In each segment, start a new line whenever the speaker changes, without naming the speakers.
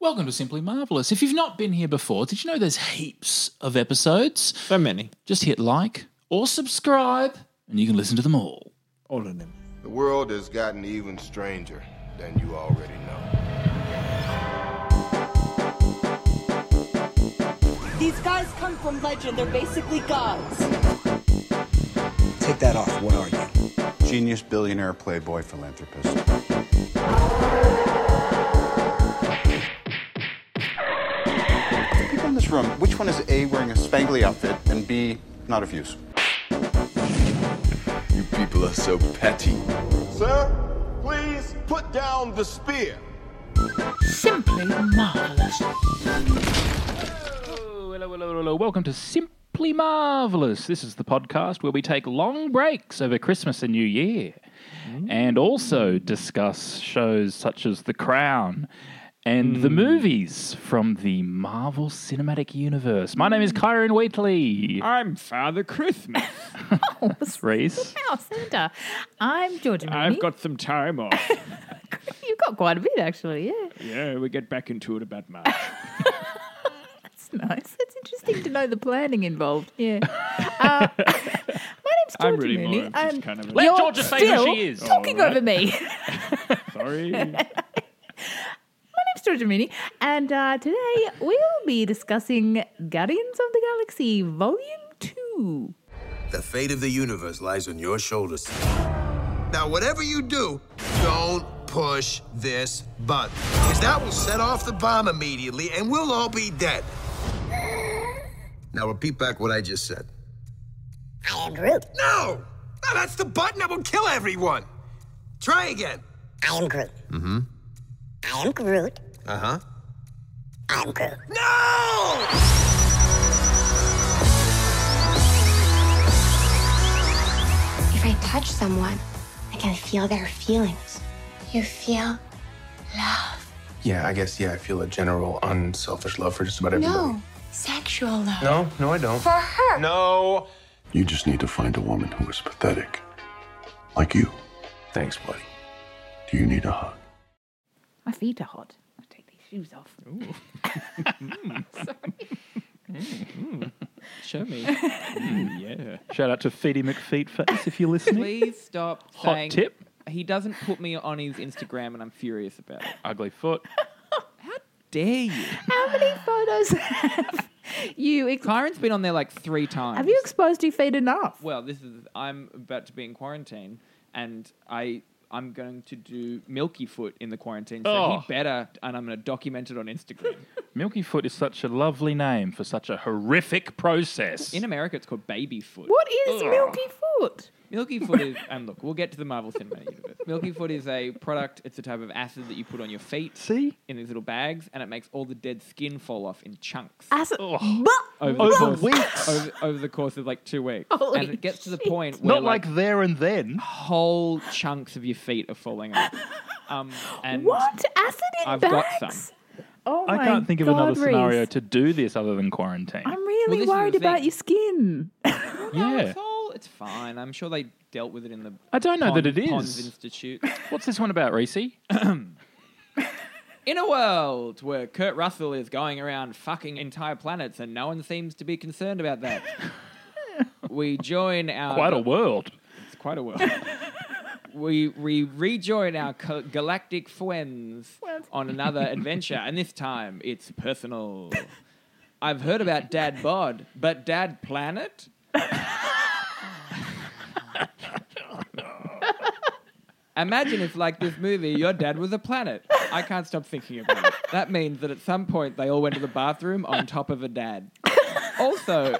Welcome to Simply Marvelous. If you've not been here before, did you know there's heaps of episodes?
So many.
Just hit like or subscribe and you can listen to them all.
All of them.
The world has gotten even stranger than you already know.
These guys come from legend. They're basically gods.
Take that off. What are you?
Genius, billionaire, playboy, philanthropist. The people in this room, which one is A, wearing a spangly outfit, and B, not of use?
You people are so petty.
Sir, please put down the spear.
Simply marvelous. Hello, hello, hello, hello. Welcome to Simply Marvelous. This is the podcast where we take long breaks over Christmas and New Year and also discuss shows such as The Crown and the movies from the Marvel Cinematic Universe. My name is Kyron Wheatley.
I'm Father Christmas.
Reese.
Wow, Santa. I'm Georgia.
I've
Mooney.
got some time off.
you've got quite a bit actually. Yeah,
yeah, we get back into it about March.
it's nice. It's interesting to know the planning involved. Yeah. Uh, my name's Georgia
I'm really
Mooney.
more of just
Um,
kind of a-
Let
you're
Georgia say who
still
she is.
Talking
All right.
over me. my
Sorry.
name's Georgia Mooney, and uh, today we'll be discussing Guardians of the Galaxy Volume Two.
The fate of the universe lies on your shoulders.
Now, whatever you do,
Don't push this button, because that will set off the bomb immediately and we'll all be dead. Now, repeat back what I just said.
I am Groot.
No! No, that's the button that will kill everyone! Try again.
I am Groot. Mm-hmm. I am Groot.
Uh huh.
I am Groot.
No!
If I touch someone, I can feel their feelings. You feel love.
Yeah, I guess, yeah, I feel a general unselfish love for just about everybody.
No, sexual love.
No, no, I don't.
For her.
No.
You just need to find a woman who is pathetic. Like you.
Thanks, buddy.
Do you need a hug?
My feet are hot. I take these shoes off.
Show me. yeah.
Shout out to Feedy McFeetface if you're listening.
Please stop
Hot
saying
tip.
He doesn't put me on his Instagram, and I'm furious about it.
Ugly foot.
Dare you?
How many photos have you? Ex-
Kyron's been on there like three times.
have you exposed your feet enough?
well, this is. I'm about to be in quarantine, and I. I'm going to do Milky Foot in the quarantine, so
Oh.
he better, and I'm going to document it on Instagram.
Milky Foot is such a lovely name for such a horrific process.
in America, it's called Baby Foot.
What is Milky Foot?
Milky Foot is, and look, we'll get to the Marvel Cinematic Universe. Milky Foot is a product. It's a type of acid that you put on your feet.
See?
in these little bags, and it makes all the dead skin fall off in chunks.
Acid.
Oh,
over,
Over
the course,
weeks.
Over, over the course of like two weeks,
Holy
and it gets to the point where Oh
Not like there and then.
whole chunks of your feet are falling off. Um, and
What? Acid in
I've
bags?
got some.
Oh
I
my
can't think of
God,
another
Reese.
scenario to do this other than quarantine.
I'm really
this is the
worried about
thing.
your skin.
yeah.
It's all. It's fine. I'm sure they dealt with it in the.
I don't know that it
Pons
is.
Institute.
What's this one about, Reese?
In a world where Kurt Russell is going around fucking entire planets and no one seems to be concerned about that, we join our.
Quite a world.
It's quite a world. we, we rejoin our co- galactic friends on another adventure, and this time it's personal. I've heard about Dad Bod, but Dad Planet? Imagine if, like this movie, your dad was a planet. I can't stop thinking about it. That means that at some point they all went to the bathroom on top of a dad. Also,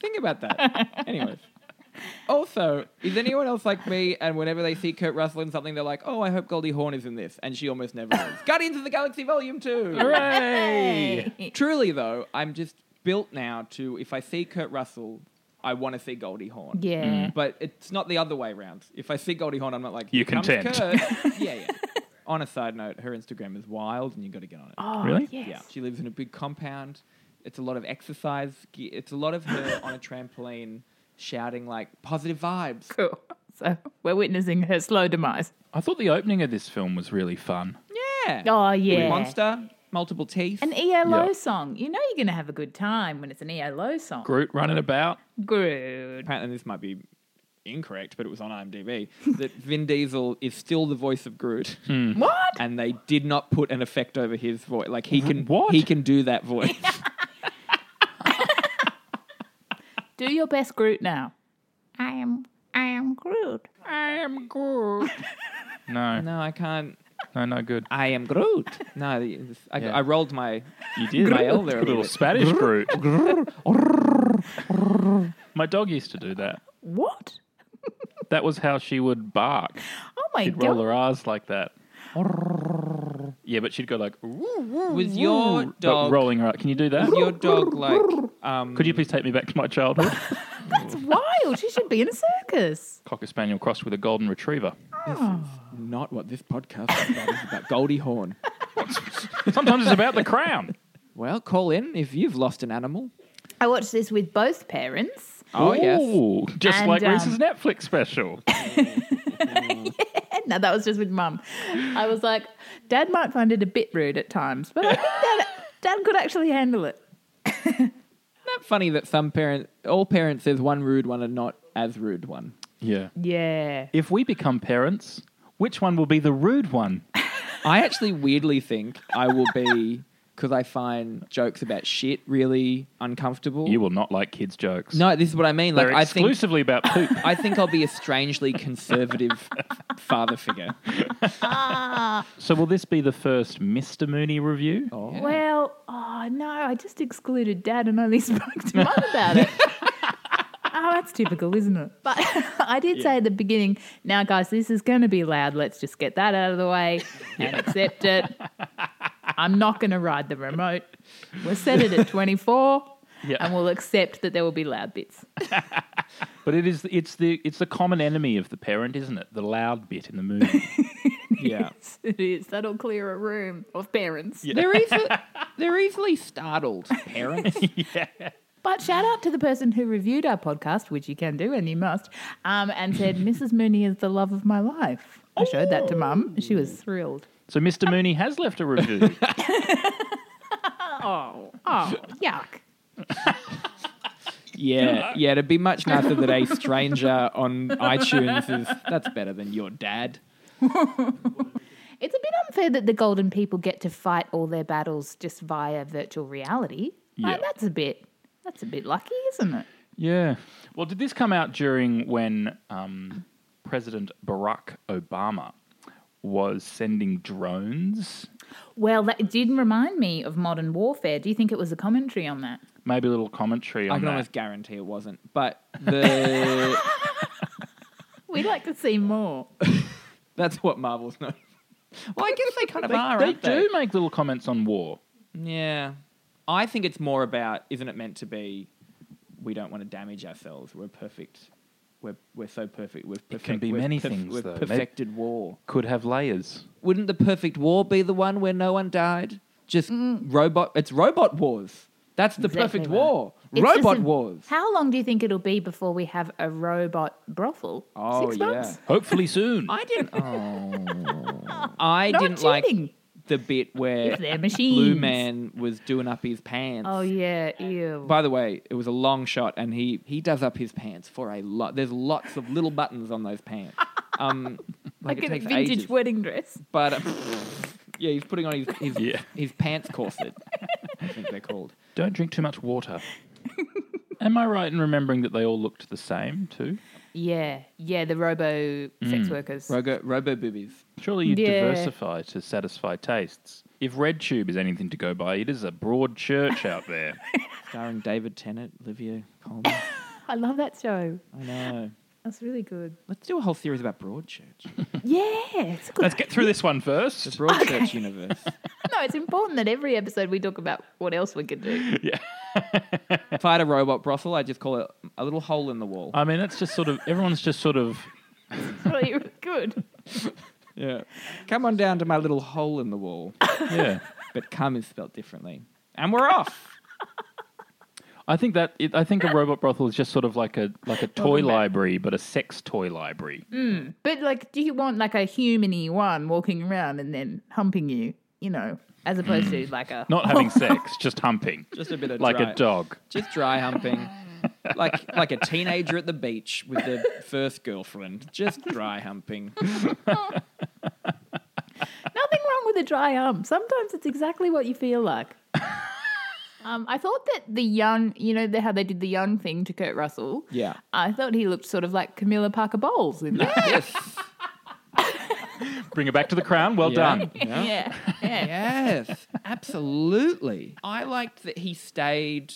think about that. Anyways. Also, is anyone else like me? And whenever they see Kurt Russell in something, they're like, "Oh, I hope Goldie Hawn is in this," and she almost never is. Guardians of the Galaxy Volume Two.
Hooray!
Truly, though, I'm just built now to if I see Kurt Russell, I want to see Goldie Hawn.
Yeah. Mm.
But it's not the other way round. If I see Goldie Hawn, I'm not like
You're
"Here comes
content."
Kurt. yeah, yeah. On a side note, her Instagram is wild, and you got to get on it.
Oh,
Really?
yes.
Yeah. She lives in a big compound. It's a lot of exercise. ge- It's a lot of her on a trampoline shouting like positive vibes.
Cool. So we're witnessing her slow demise.
I thought the opening of this film was really fun.
Yeah.
Oh,
With
yeah. e-
Monster, multiple teeth.
An ELO
Yeah.
song. You know you're going to have a good time when it's an ELO song.
Groot running about.
Groot.
Apparently, this might be incorrect, but it was on IMDb that Vin Diesel is still the voice of Groot,
Mm.
What?
and they did not put an effect over his voice. Like he can,
What?
he can do that voice.
Do your best Groot now. I am I am Groot.
I am Groot. no,
no, Ah, I can't.
no, no good.
I am Groot. No, the- this- I,
Yeah.
I rolled my
You did.
my L there. A
little
little
Spanish Groot. My dog used to do that.
What?
That was how she would bark.
Oh my
She'd
god.
roll her R's like that. Yeah, but she'd go like,
Was your
but
dog?
rolling her up. Can you do that?
was your dog like? Um,
Could you please take me back to my childhood?
That's wild. She should be in a circus.
Cocker Spaniel crossed with a Golden Retriever.
not what this podcast is about. It's about Goldie Hawn.
Sometimes it's about the crown.
Well, call in if you've lost an animal.
I watched this with both parents.
Oh yes.
Ooh, just
And,
like
um,
Reese's Netflix special.
No, that was just with mum. I was like, Dad might find it a bit rude at times, but I think Dad, Dad could actually handle it.
Isn't that funny that some parents, all parents, there's one rude one and not as rude one?
Yeah.
Yeah.
If we become parents, which one will be the rude one?
I actually weirdly think I will be, because I find jokes about shit really uncomfortable.
You will not like kids' jokes.
no, this is what I mean. Like,
they're
I think,
exclusively about poop.
I think I'll be a strangely conservative father figure.
so will this be the first Mr. Mooney review?
Oh.
Well, oh no, I just excluded dad and only spoke to mum about it. oh, that's typical, isn't it? But I did say at the beginning, now guys, this is going to be loud. Let's just get that out of the way and accept it. I'm not going to ride the remote. We'll set it at 24
Yeah.
and we'll accept that there will be loud bits.
But it is it's the it's the common enemy of the parent, isn't it? The loud bit in the movie.
Yeah.
It is. That'll clear a room of parents.
They're, easily, they're easily startled, parents.
But shout out to the person who reviewed our podcast, which you can do and you must, um, and said, Mrs. Mooney is the love of my life. I showed that to mum. She was thrilled.
so Mr. Mooney has left a review.
Oh, yuck.
Yeah, yeah, it'd be much nicer that a stranger on iTunes is, that's better than your dad.
It's a bit unfair that the golden people get to fight all their battles just via virtual reality. Like,
Yeah.
that's a bit that's a bit lucky, isn't it?
yeah. Well, did this come out during when um, President Barack Obama was sending drones?
Well, that did remind me of modern warfare. Do you think it was a commentary on that?
Maybe a little commentary
I
on
can
that.
almost guarantee it wasn't. But the
We'd like to see more.
that's what Marvel's known. for. Well, I guess they kind of
They,
are,
they
aren't
do make little comments on war.
Yeah, I think it's more about isn't it meant to be? We don't want to damage ourselves. We're perfect
We're, we're so perfect. We've perfect,
It can be
we've
many
perf-
things,
We've
though. Maybe-
perfected war.
Could have layers.
Wouldn't the perfect war be the one where no one died? Just robot. It's robot wars. That's the
Mm-hmm. Exactly
perfect
right.
war.
It's just
robot
a-
wars.
How long do you think it'll be before we have a robot brothel?
Oh
Six
yeah.
months?
Hopefully soon.
I didn't.
oh.
I
Not
didn't
cheating.
like the bit where
If they're
Blue
machines.
Man was doing up his pants.
Oh yeah, ew.
By the way, it was a long shot, and he he does up his pants for a lot. There's lots of little buttons on those pants. Um, like,
like
it
a
takes
vintage
ages.
wedding dress.
But uh, yeah, he's putting on his his, his pants corset. I think they're called.
Don't drink too much water. Am I right in remembering that they all looked the same too?
Yeah, yeah, the robo
Mm.
sex workers.
Robo, robo boobies.
Surely you
Yeah.
diversify to satisfy tastes. If RedTube is anything to go by, it is a broad church out there.
Starring David Tennant, Olivia Colman.
I love that show.
I know.
That's really good.
Let's do a whole series about Broadchurch.
Yeah, it's a good.
Let's get through this one first.
The Broadchurch universe.
No, it's important that every episode we talk about what else we could do.
If I had a robot brothel, I'd just call it a little hole in the wall.
I mean, that's just sort of everyone's just sort of
It's really good.
Yeah. Come on down to my little hole in the wall.
yeah.
But cum is spelt differently. And we're off.
I think that it, I think a robot brothel is just sort of like a like a toy library, but a sex toy library.
Mm. But like, do you want like a humany one walking around and then humping you? You know, as opposed to
Mm.
like a
Not having sex, just humping,
Just a bit of
like
dry-
a dog.
Just dry humping. like like a teenager at the beach with their first girlfriend. Just dry humping.
Nothing wrong with a dry hump. Sometimes it's exactly what you feel like. um, I thought that the young, you know, the, how they did the young thing to Kurt Russell.
Yeah.
I thought he looked sort of like Camilla Parker Bowles in that.
Yes.
Bring it back to the crown. Well
Yeah.
done.
Yeah.
yeah. yeah.
Yes, absolutely. I liked that he stayed.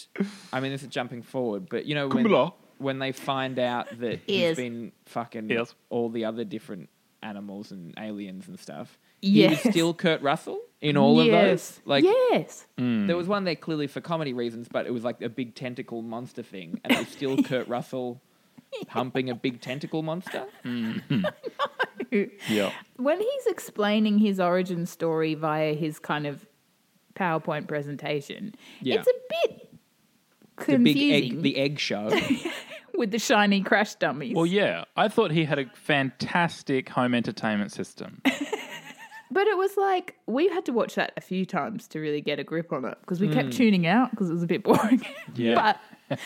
I mean, this is jumping forward, but you know when,
Kumala.
when they find out that he's
Yes.
been fucking
Yes.
all the other different animals and aliens and stuff. He
Yes.
was still Kurt Russell in all
yes.
of those. Like Mm.
yes.
there was one there clearly for comedy reasons, but it was like a big tentacle monster thing, and it was still Kurt Russell humping a big tentacle monster.
Yeah.
when he's explaining his origin story via his kind of PowerPoint presentation,
Yeah.
it's a bit
The big
confusing
egg, the egg show.
with the shiny crash dummies.
Well, yeah. I thought he had a fantastic home entertainment system.
But it was like we had to watch that a few times to really get a grip on it because we kept tuning out because it was a bit boring.
Yeah.
But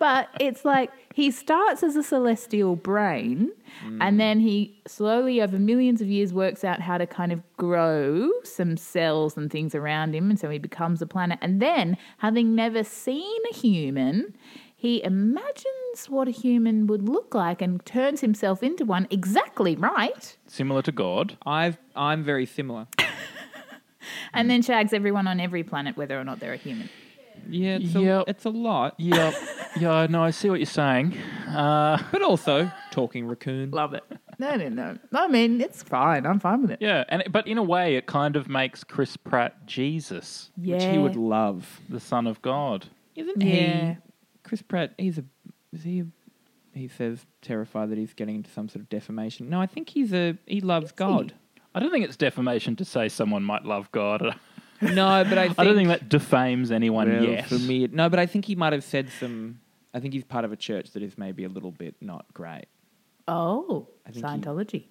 but it's like he starts as a celestial brain and then he slowly over millions of years works out how to kind of grow some cells and things around him and so he becomes a planet and then having never seen a human he imagines what a human would look like and turns himself into one exactly right.
Similar to God.
I've I'm very similar.
and then shags everyone on every planet, whether or not they're a human.
Yeah, it's
Yep.
a, it's a lot.
Yeah. yeah. No, I see what you're saying. Uh,
but also talking raccoon.
Love it. No, no, no. I mean, it's fine. I'm fine with it.
yeah. And but in a way, it kind of makes Chris Pratt Jesus,
Yeah.
Which he would love.
the Son of God.
Isn't
Yeah.
he? Chris Pratt, he's a. Is he. a- He says, terrified that he's getting into some sort of defamation. No, I think he's a. He loves God.
I don't think it's defamation to say someone might love God.
No, but I think.
I don't think that defames anyone
Well,
yet.
For me, no, but I think he might have said some. I think he's part of a church that is maybe a little bit not great.
Oh,
I think he-
Scientology.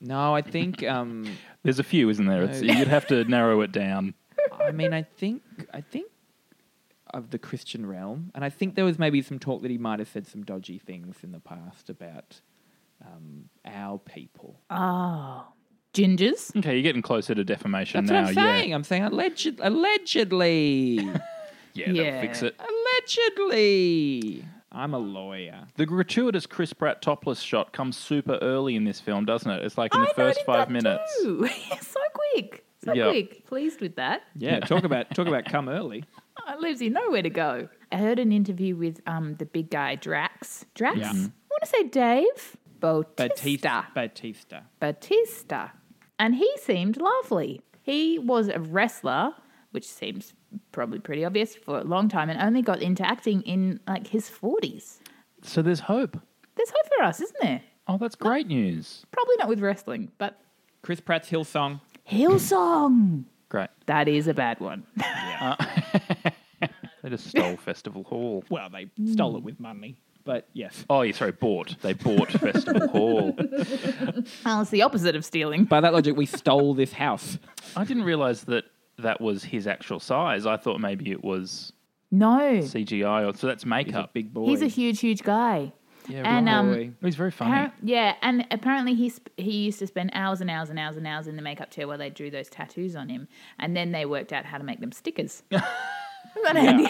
No, I think. Um,
There's a few, isn't there? It's,
No.
you'd have to narrow it down.
I mean, I think. I think of the Christian realm, and I think there was maybe some talk that he might have said some dodgy things in the past about um, our people.
Oh, gingers.
Okay, you're getting closer to defamation
That's
now.
what I'm saying. I'm saying alleged, allegedly.
Yeah, yeah,
Yeah.
that'll fix it.
allegedly. I'm a lawyer.
The gratuitous Chris Pratt topless shot comes super early in this film, doesn't it? It's like in the
I
first
noted
five
that
minutes.
too. so quick. So
Yep.
quick. Pleased with that.
Yeah, talk about talk about come early.
Oh, It leaves you nowhere to go. I heard an interview with um the big guy, Drax. Drax? I want to say Dave
Batista. Batista.
Batista. And he seemed lovely. He was a wrestler, which seems probably pretty obvious for a long time, and only got into acting in like his 40s.
So there's hope.
There's hope for us, isn't there?
Oh, that's great news.
Probably not with wrestling, but
Chris Pratt's Hillsong.
Hillsong.
Great.
That is a bad one.
They just stole Festival Hall.
Well, they stole
Hmm.
it with money, but yes.
Oh, yeah, sorry, bought. They bought Festival Hall.
Oh, it's the opposite of stealing.
By that logic, we stole this house.
I didn't realize that that was his actual size. I thought maybe it was
No.
CGI, or so that's makeup. big boy.
He's a huge, huge guy.
yeah,
and,
right.
um,
he's very funny.
Appar- yeah, and apparently he sp- he used to spend hours and hours and hours and hours in the makeup chair while they drew those tattoos on him, and then they worked out how to make them stickers. Isn't that handy?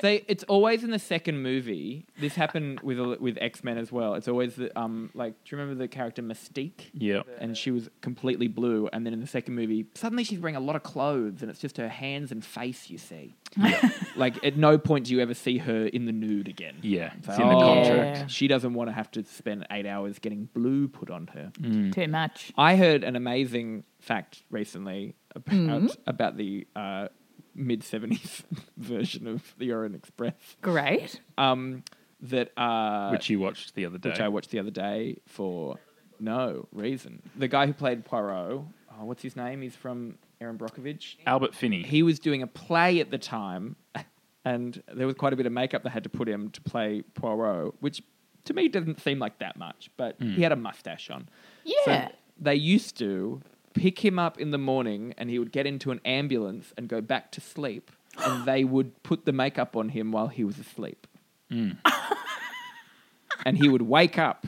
They, it's always in the second movie. This happened with uh, with X Men as well. It's always the, um like do you remember the character Mystique?
Yeah.
And she was completely blue, and then in the second movie, suddenly she's wearing a lot of clothes, and it's just her hands and face you see. like at no point do you ever see her in the nude again.
Yeah,
It's
it's
like,
in the
oh,
contract.
She doesn't want to have to spend eight hours getting blue put on her.
Too much.
I heard an amazing fact recently about about the uh, mid seventies version of the Orient Express.
Great.
Um, that uh,
Which you watched the other day.
which I watched the other day for no reason. The guy who played Poirot, oh, what's his name? He's from Aaron Brockovich.
Albert Finney.
He was doing a play at the time, and there was quite a bit of makeup they had to put him to play Poirot, which to me doesn't seem like that much, but he had a mustache on.
Yeah.
So they used to pick him up in the morning, and he would get into an ambulance and go back to sleep, and they would put the makeup on him while he was asleep. and he would wake up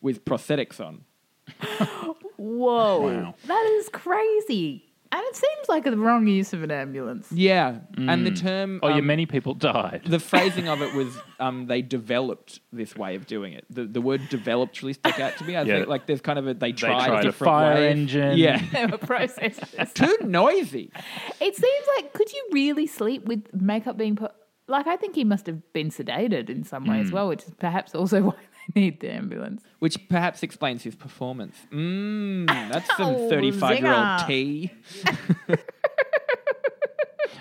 with prosthetics on.
Whoa,
Wow.
that is crazy. And it seems like the wrong use of an ambulance.
Yeah, and the term
oh, yeah,
um,
many people died.
the phrasing of it was um, they developed this way of doing it. The, the word developed really stuck out to me. I
Yeah.
think like there's kind of a they tried,
tried a
different
fire
way.
engine.
Yeah,
There were processes.
too noisy.
it seems like could you really sleep with makeup being put? Like I think he must have been sedated in some way as well, which is perhaps also why they need the ambulance.
Which perhaps explains his performance. Mmm, that's some
Oh,
35 year old
zinger.
tea.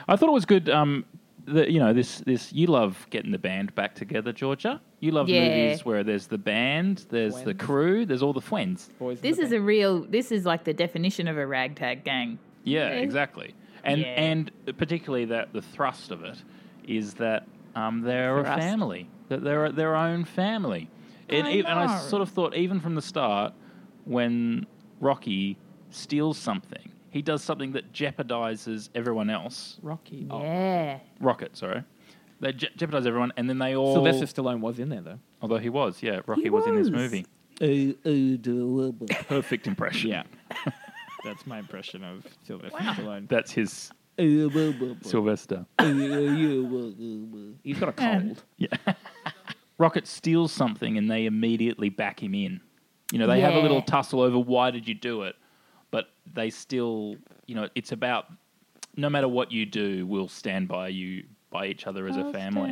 I thought it was good. Um, that you know this this you love getting the band back together, Georgia. You love
Yeah.
movies where there's the band, there's the
Friends.
crew, there's all the friends.
Boys in
This
the
is a real. This is like the definition of a ragtag gang.
Yeah, exactly. And
Yeah.
and particularly that the thrust of it is that um, they're
Thrust.
a family. That they're their own family. And,
I
e- and I
know.
sort of thought even from the start when Rocky steals something, he does something that jeopardizes everyone else. Oh,
Rocky.
Yeah.
Rocket, sorry. They je- jeopardize everyone, and then they all.
Sylvester Stallone was in there though.
Although he was, yeah, Rocky was. in this
was.
movie. Perfect impression.
Yeah. That's my impression of Sylvester Stallone.
That's his Sylvester.
He's got a cold.
Rocket steals something and they immediately back him in. You know, they have a
Yeah.
little tussle over why did you do it, but they still, you know, it's about no matter what you do, we'll stand by you, by each other as a family.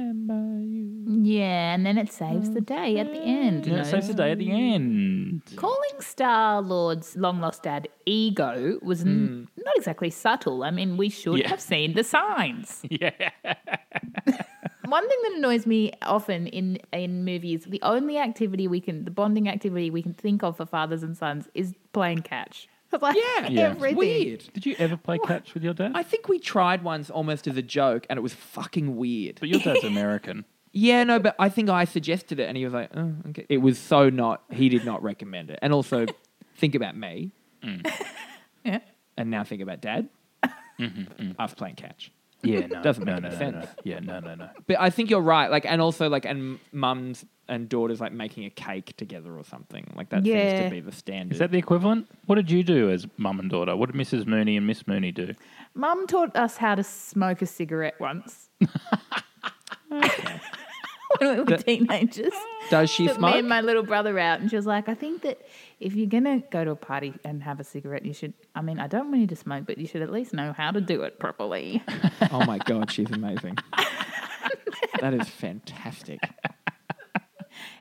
Yeah, and then it saves the day at the end.
And
you
it
know.
saves the day at the end.
Mm. Calling Star Lord's long lost dad ego was n- not exactly subtle. I mean, we should
Hmm. Yeah.
have seen the signs.
Yeah.
One thing that annoys me often in in movies, the only activity we can, the bonding activity we can think of for fathers and sons, is playing catch. Like
Yeah.
Yeah,
it's
everything.
Weird.
Did you ever play catch with your dad?
I think we tried once almost as a joke and it was fucking weird.
but your dad's American.
Yeah, no, but I think I suggested it, and he was like, "Oh, okay." It was so not. He did not recommend it, and also think about me,
Mm.
Yeah.
and now think about Dad.
Mm-hmm,
Us playing catch,
Yeah, no.
Doesn't
no,
make
no,
any
no, no.
sense.
Yeah, no, no, no.
but I think you're right. Like, and also like, and mums and daughters like making a cake together or something. Like that seems to
Yeah.
be the standard.
Is that the equivalent? What did you do as mum and daughter? What did Mrs. Mooney and Miss Mooney do?
Mum taught us how to smoke a cigarette once. when we were teenagers.
Does she
Took me
smoke?
and my little brother out, and she was like, I think that if you're going to go to a party and have a cigarette, you should, I mean, I don't want you to smoke, but you should at least know how to do it properly.
oh my god, she's amazing. that is fantastic.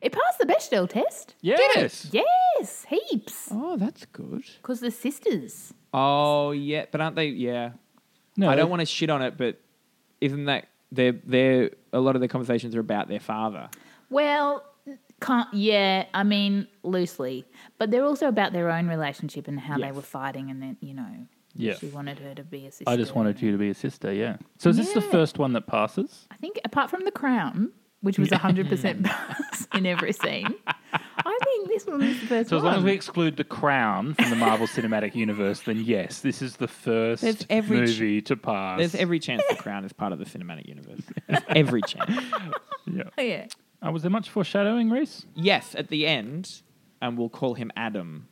it passed the Bechdel test.
Yes.
Yes, heaps.
Oh, that's good.
Because the sisters.
Oh yeah, but aren't they? Yeah,
No,
I don't want to shit on it, but isn't that they're, they're, a lot of the conversations are about their father?
Well, Can't, yeah, I mean, loosely. But they're also about their own relationship and how they
Yes.
were fighting, and then, you know,
Yeah.
she wanted her to be a sister.
I just wanted you to be a sister, yeah. So is this the
Yeah.
first one that passes?
I think, apart from The Crown, which was 100% pass in every scene, I think this one was the first
So as
one.
long as we exclude the crown from the Marvel Cinematic Universe, then yes, this is the first
There's every ch-
movie to pass.
There's every chance the crown is part of the cinematic universe. There's every chance.
yeah.
Oh, yeah.
Uh, was there much foreshadowing, Reese?
Yes, at the end, and we'll call him Adam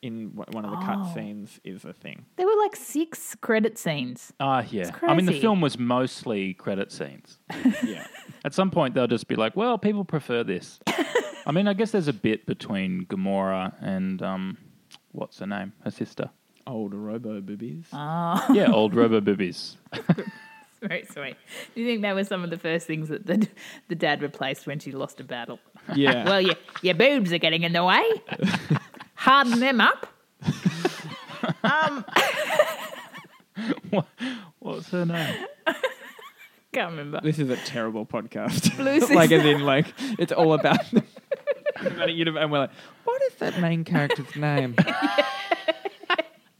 in w- one of the
Oh.
cut scenes is a thing.
There were like six credit scenes.
Ah, yeah. I mean, the
crazy.
film was mostly credit scenes.
yeah.
At some point, they'll just be like, "Well, people prefer this." I mean, I guess there's a bit between Gamora and um, what's her name, her sister.
Old robo boobies.
Oh.
Yeah, old Robo Boobies.
Very sweet. Do you think that was some of the first things that the, the dad replaced when she lost a battle?
Yeah.
well, your, your boobs are getting in the way. Harden them up. um,
What's her name?
can't remember.
This is a terrible podcast.
Blue
like, as
sister.
in, like, it's all about the cinematic universe. And we're like, what is that main character's name?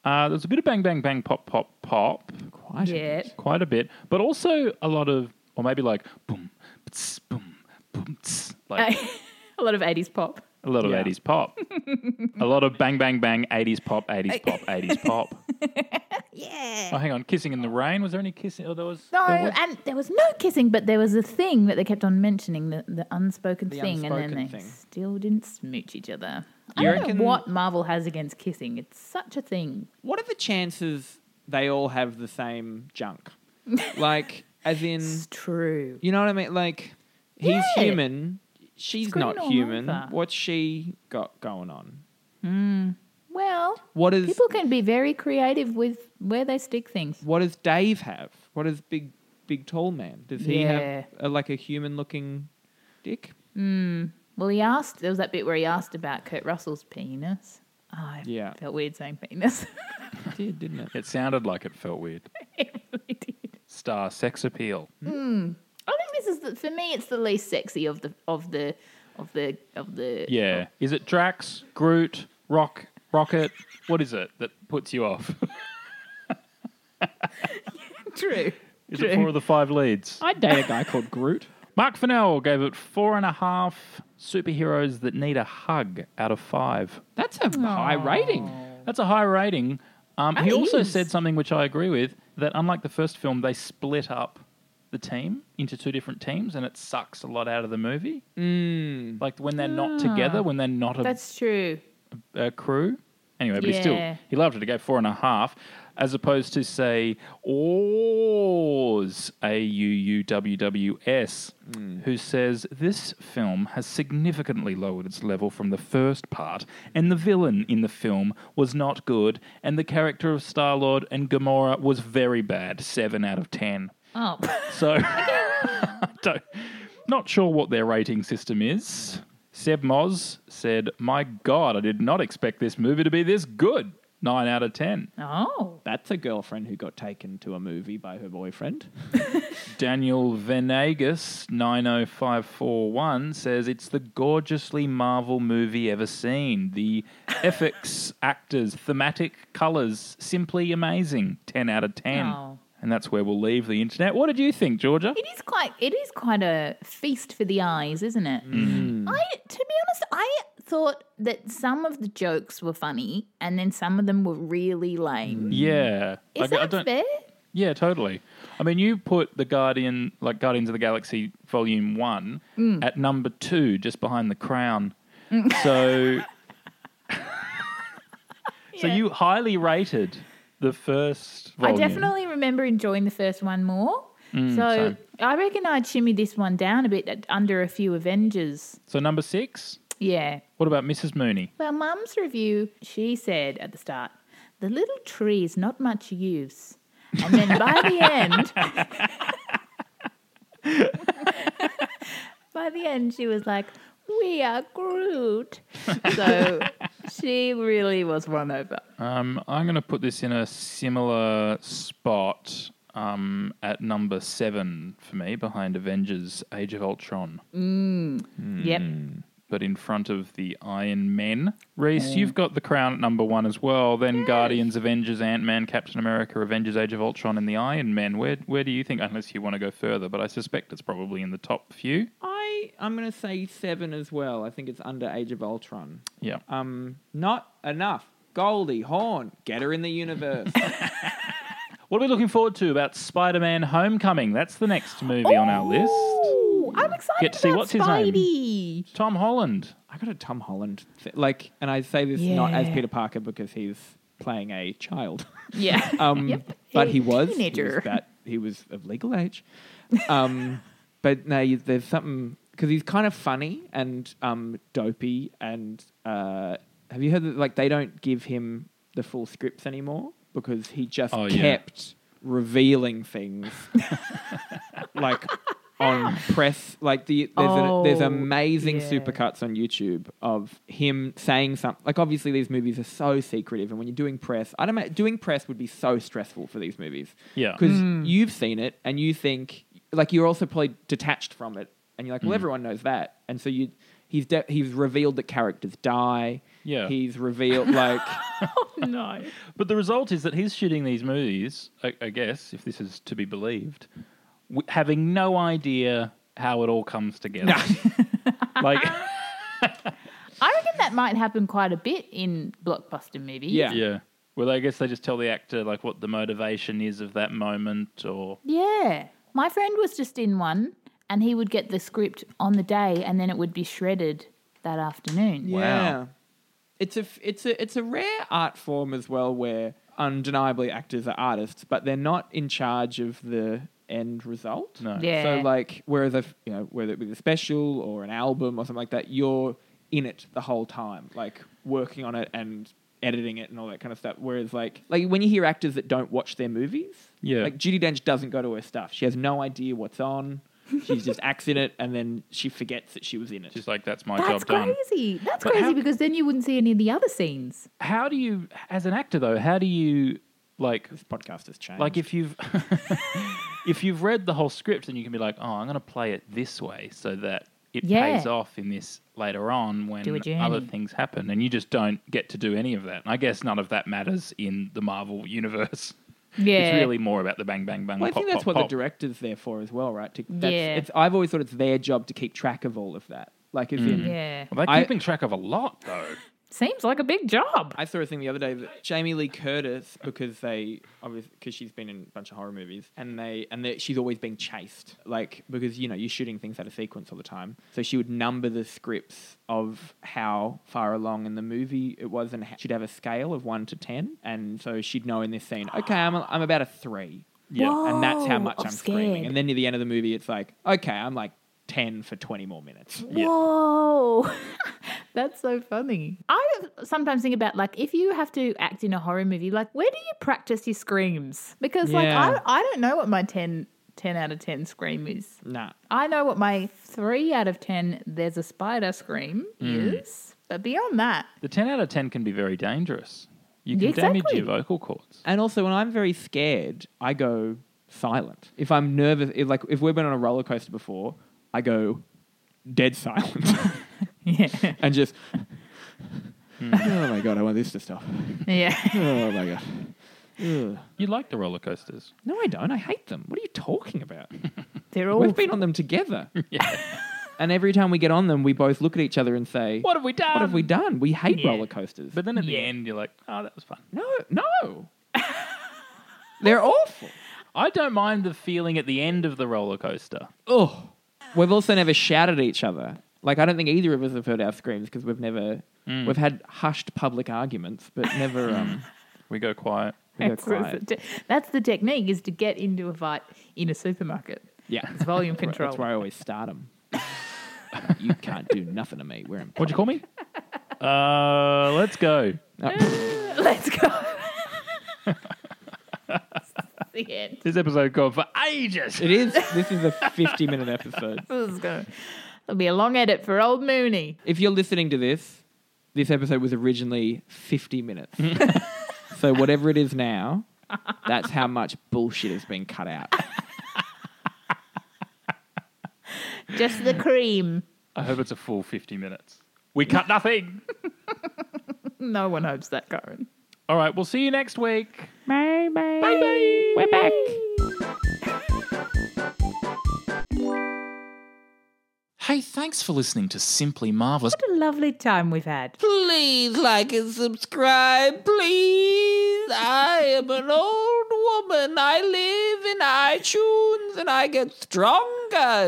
Uh, there's a bit of bang, bang, bang, pop, pop, pop.
Quite
a Yeah. bit.
Quite a bit, but also a lot of, or maybe like boom, pts, boom, boom, pts, like
a lot of 80s pop.
a lot of
Yeah.
80s pop, a lot of bang, bang, bang, 80s pop, 80s pop, 80s pop.
Yeah.
Oh, hang on, kissing in the rain. Was there any kissing? Oh, there was.
No,
there was-
and there was no kissing, but there was a thing that they kept on mentioning the, the unspoken
The
thing, and then
unspoken
they
thing.
still didn't smooch each other.
You
I don't
reckon-
know what Marvel has against kissing. It's such a thing.
What are the chances they all have the same junk? Like, as in,
It's true.
you know what I mean? Like, he's
Yeah.
human. She's
green
not
all
human.
over.
What's she got going on?
Well,
What is
people can be very creative with where they stick things.
what does Dave have? What does big big tall man? Does he
Yeah.
have a, like a human looking dick?
Well, he asked. There was that bit where he asked about Kurt Russell's penis. Oh, I
Yeah.
felt weird saying penis.
It did didn't it?
It sounded like it felt weird.
it really did.
Star sex appeal.
I think this is the, for me. It's the least sexy of the of the of the of the.
Yeah. Is it Drax, Groot, Rock, Rocket? What is it that puts you off?
True.
Is it four of the five leads?
I'd date a guy called Groot.
Mark Fennell gave it four and a half superheroes that need a hug out of five.
That's a high rating.
That's a high rating. Um,
That
he also
is.
said something which I agree with that unlike the first film, they split up the team into two different teams, and it sucks a lot out of the movie.
Mm.
Like when they're not together, when they're not a
Ah. That's true.
uh, crew. Anyway, but he
Yeah.
still he loved it. He gave four and a half, as opposed to say Oz A U U W W S, who says this film has significantly lowered its level from the first part, and the villain in the film was not good, and the character of Star Lord and Gamora was very bad. Seven out of ten.
Oh,
So, I don't, not sure what their rating system is. Seb Moz said, My God, I did not expect this movie to be this good. Nine out of 10.
oh,
That's a girlfriend who got taken to a movie by her boyfriend.
Daniel Venegas, 90541, says, It's the gorgeously Marvel movie ever seen. The effects, actors, thematic colours, simply amazing. 10 out of 10.
Oh.
And that's where we'll leave the internet. What did you think, Georgia?
it is quite. It is quite a feast for the eyes, isn't it?
Mm.
I, to be honest, I thought that some of the jokes were funny, and then some of them were really lame.
Yeah. Like,
Is
Mm. I
that
don't-
fair?
Yeah, totally. I mean, you put the Guardian, like Guardians of the Galaxy Volume One,
Mm.
at number two, just behind the Crown. So, so you highly rated the first
I
volume. Mm,
definitely remember enjoying the first one more. so
same.
I reckon I'd shimmy this one down a bit at- under a few Avengers.
So number six.
Yeah.
What about Mrs. Mooney?
Well, Mum's review, she said at the start, the little tree is not much use. And then by the end, by the end, she was like, we are Groot. So she really was won over.
Um, I'm going to put this in a similar spot um, at number seven for me, behind Avengers: Age of Ultron.
Yep.
but in front of the Iron Men. Reese, you've got the crown at number one as well. Then Guardians, Avengers, Ant Man, Captain America, Avengers, Age of Ultron, and the Iron Men. Where where do you think? Unless you want to go further, but I suspect it's probably in the top few.
I I'm gonna say seven as well. I think it's under Age of Ultron.
Yeah.
Um, not enough. Goldie Horn, get her in the universe.
What are we looking forward to about Spider Man Homecoming? That's the next movie on our list.
Ooh, I'm excited
Get to see
about
what's his name.
Spidey.
Tom Holland.
I got a Tom Holland th- like, and I say this not as
Yeah.
Peter Parker because he's playing a child.
Yeah.
Uh,
Um,
Yep.
But
A
he was He
teenager.
was, that, he was of legal age. Um, but no, you- there's something because he's kind of funny and um, dopey. And uh, have you heard that like they don't give him the full scripts anymore because he just
Oh, yeah.
kept revealing things like on press like the there's, a, there's
Oh,
amazing
yeah.
supercuts on YouTube of him saying something like obviously these movies are so secretive and when you're doing press I don't ma- doing press would be so stressful for these movies
Yeah.
because you've seen it and you think like you're also probably detached from it and you're like well
Mm.
everyone knows that and so you he's de- he's revealed that characters die
Yeah.
he's revealed like
no.
But the result is that he's shooting these movies, I, I guess, if this is to be believed, w- having no idea how it all comes together. like,
I reckon that might happen quite a bit in blockbuster movies.
yeah. Well, I guess they just tell the actor like what the motivation is of that moment, or
Yeah. My friend was just in one and he would get the script on the day and then it would be shredded that afternoon.
Yeah. It's a f- it's a it's a rare art form as well where undeniably actors are artists, but they're not in charge of the end result.
No.
Yeah.
So like whereas if you know whether it be a special or an album or something like that, you're in it the whole time, like working on it and editing it and all that kind of stuff. Whereas like like when you hear actors that don't watch their movies,
Yeah.
like Judy Dench doesn't go to her stuff. She has no idea what's on. She just acts in it and then she forgets that she was in it.
just like that's my
That's
job done.
crazy. That's
But
crazy
how-
because then you wouldn't see any of the other scenes.
How do you, as an actor though, how do you like
This podcast has changed.
Like if you've if you've read the whole script, then you can be like, oh, I'm going to play it this way so that it
Yeah.
pays off in this later on when
Do a journey.
other things happen, and you just don't get to do any of that. And I guess none of that matters in the Marvel universe.
Yeah.
it's really more about the bang bang bang.
Well, I
pop,
think that's
pop,
what
pop.
the director's there for as well, right? To, that's,
Yeah.
It's, I've always thought it's their job to keep track of all of that. Like, as
Mm.
in,
Yeah.
Well, they're
I-
keeping track of a lot though.
Seems like a big job.
I saw a thing the other day that Jamie Lee Curtis, because they obviously because she's been in a bunch of horror movies, and they and they, she's always being chased, like because you know you're shooting things out of sequence all the time. So she would number the scripts of how far along in the movie it was, and ha- she'd have a scale of one to ten, and so she'd know in this scene, okay, I'm a, I'm about a three.
Yeah.
and that's how
Whoa,
much I'm,
I'm
screaming.
scared.
And then near the end of the movie, it's like, okay, I'm like ten for twenty more minutes.
Yeah.
Whoa. That's so funny. I sometimes think about like if you have to act in a horror movie, like where do you practice your screams? Because like
Yeah.
I, I don't know what my 10, 10 out of 10 scream is.
Nah,
I know what my 3 out of 10 there's a spider scream is. But beyond that,
The ten out of ten can be very dangerous. You can damage
Exactly.
your vocal cords.
And also, when I'm very scared, I go silent. If I'm nervous, if, like if we've been on a roller coaster before, I go dead silent
yeah.
and just.
Hmm.
oh my god! I want this to stop.
Yeah.
Oh my god. Ugh.
You like the roller coasters?
No, I don't. I hate them. What are you talking about?
They're
Oh.
all
We've been on them together. And every time we get on them, we both look at each other and say,
What have we done?
What have we done? We hate
Yeah.
roller coasters.
But then at the end, you're like, oh, that was fun.
no, no, they're awful."
I don't mind the feeling at the end of the roller coaster.
Oh, we've also never shouted at each other. Like I don't think either of us have heard our screams because we've never
Mm.
we've had hushed public arguments, but never. Um,
We go quiet.
we go
that's, the
quiet.
te- that's the technique is to get into a fight in a supermarket.
Yeah,
It's volume
That's where-
control.
That's where I always start them. you can't do nothing to me. We're in.
What'd you call me? uh, let's go.
Let's go. the end.
This episode gone for ages.
It is. This is a fifty-minute episode.
This is going. It'll be a long edit for old Mooney.
If you're listening to this, this episode was originally fifty minutes. so whatever it is now, that's how much bullshit has been cut out.
Just the cream.
I hope it's a full 50 minutes. We cut nothing.
no one hopes that, Karen.
All right, we'll see you next week.
Bye bye.
Bye bye.
We're back.
Hey, thanks for listening to Simply Marvelous.
What a lovely time we've had.
Please like and subscribe, please. I am an old woman. I live in iTunes and I get stronger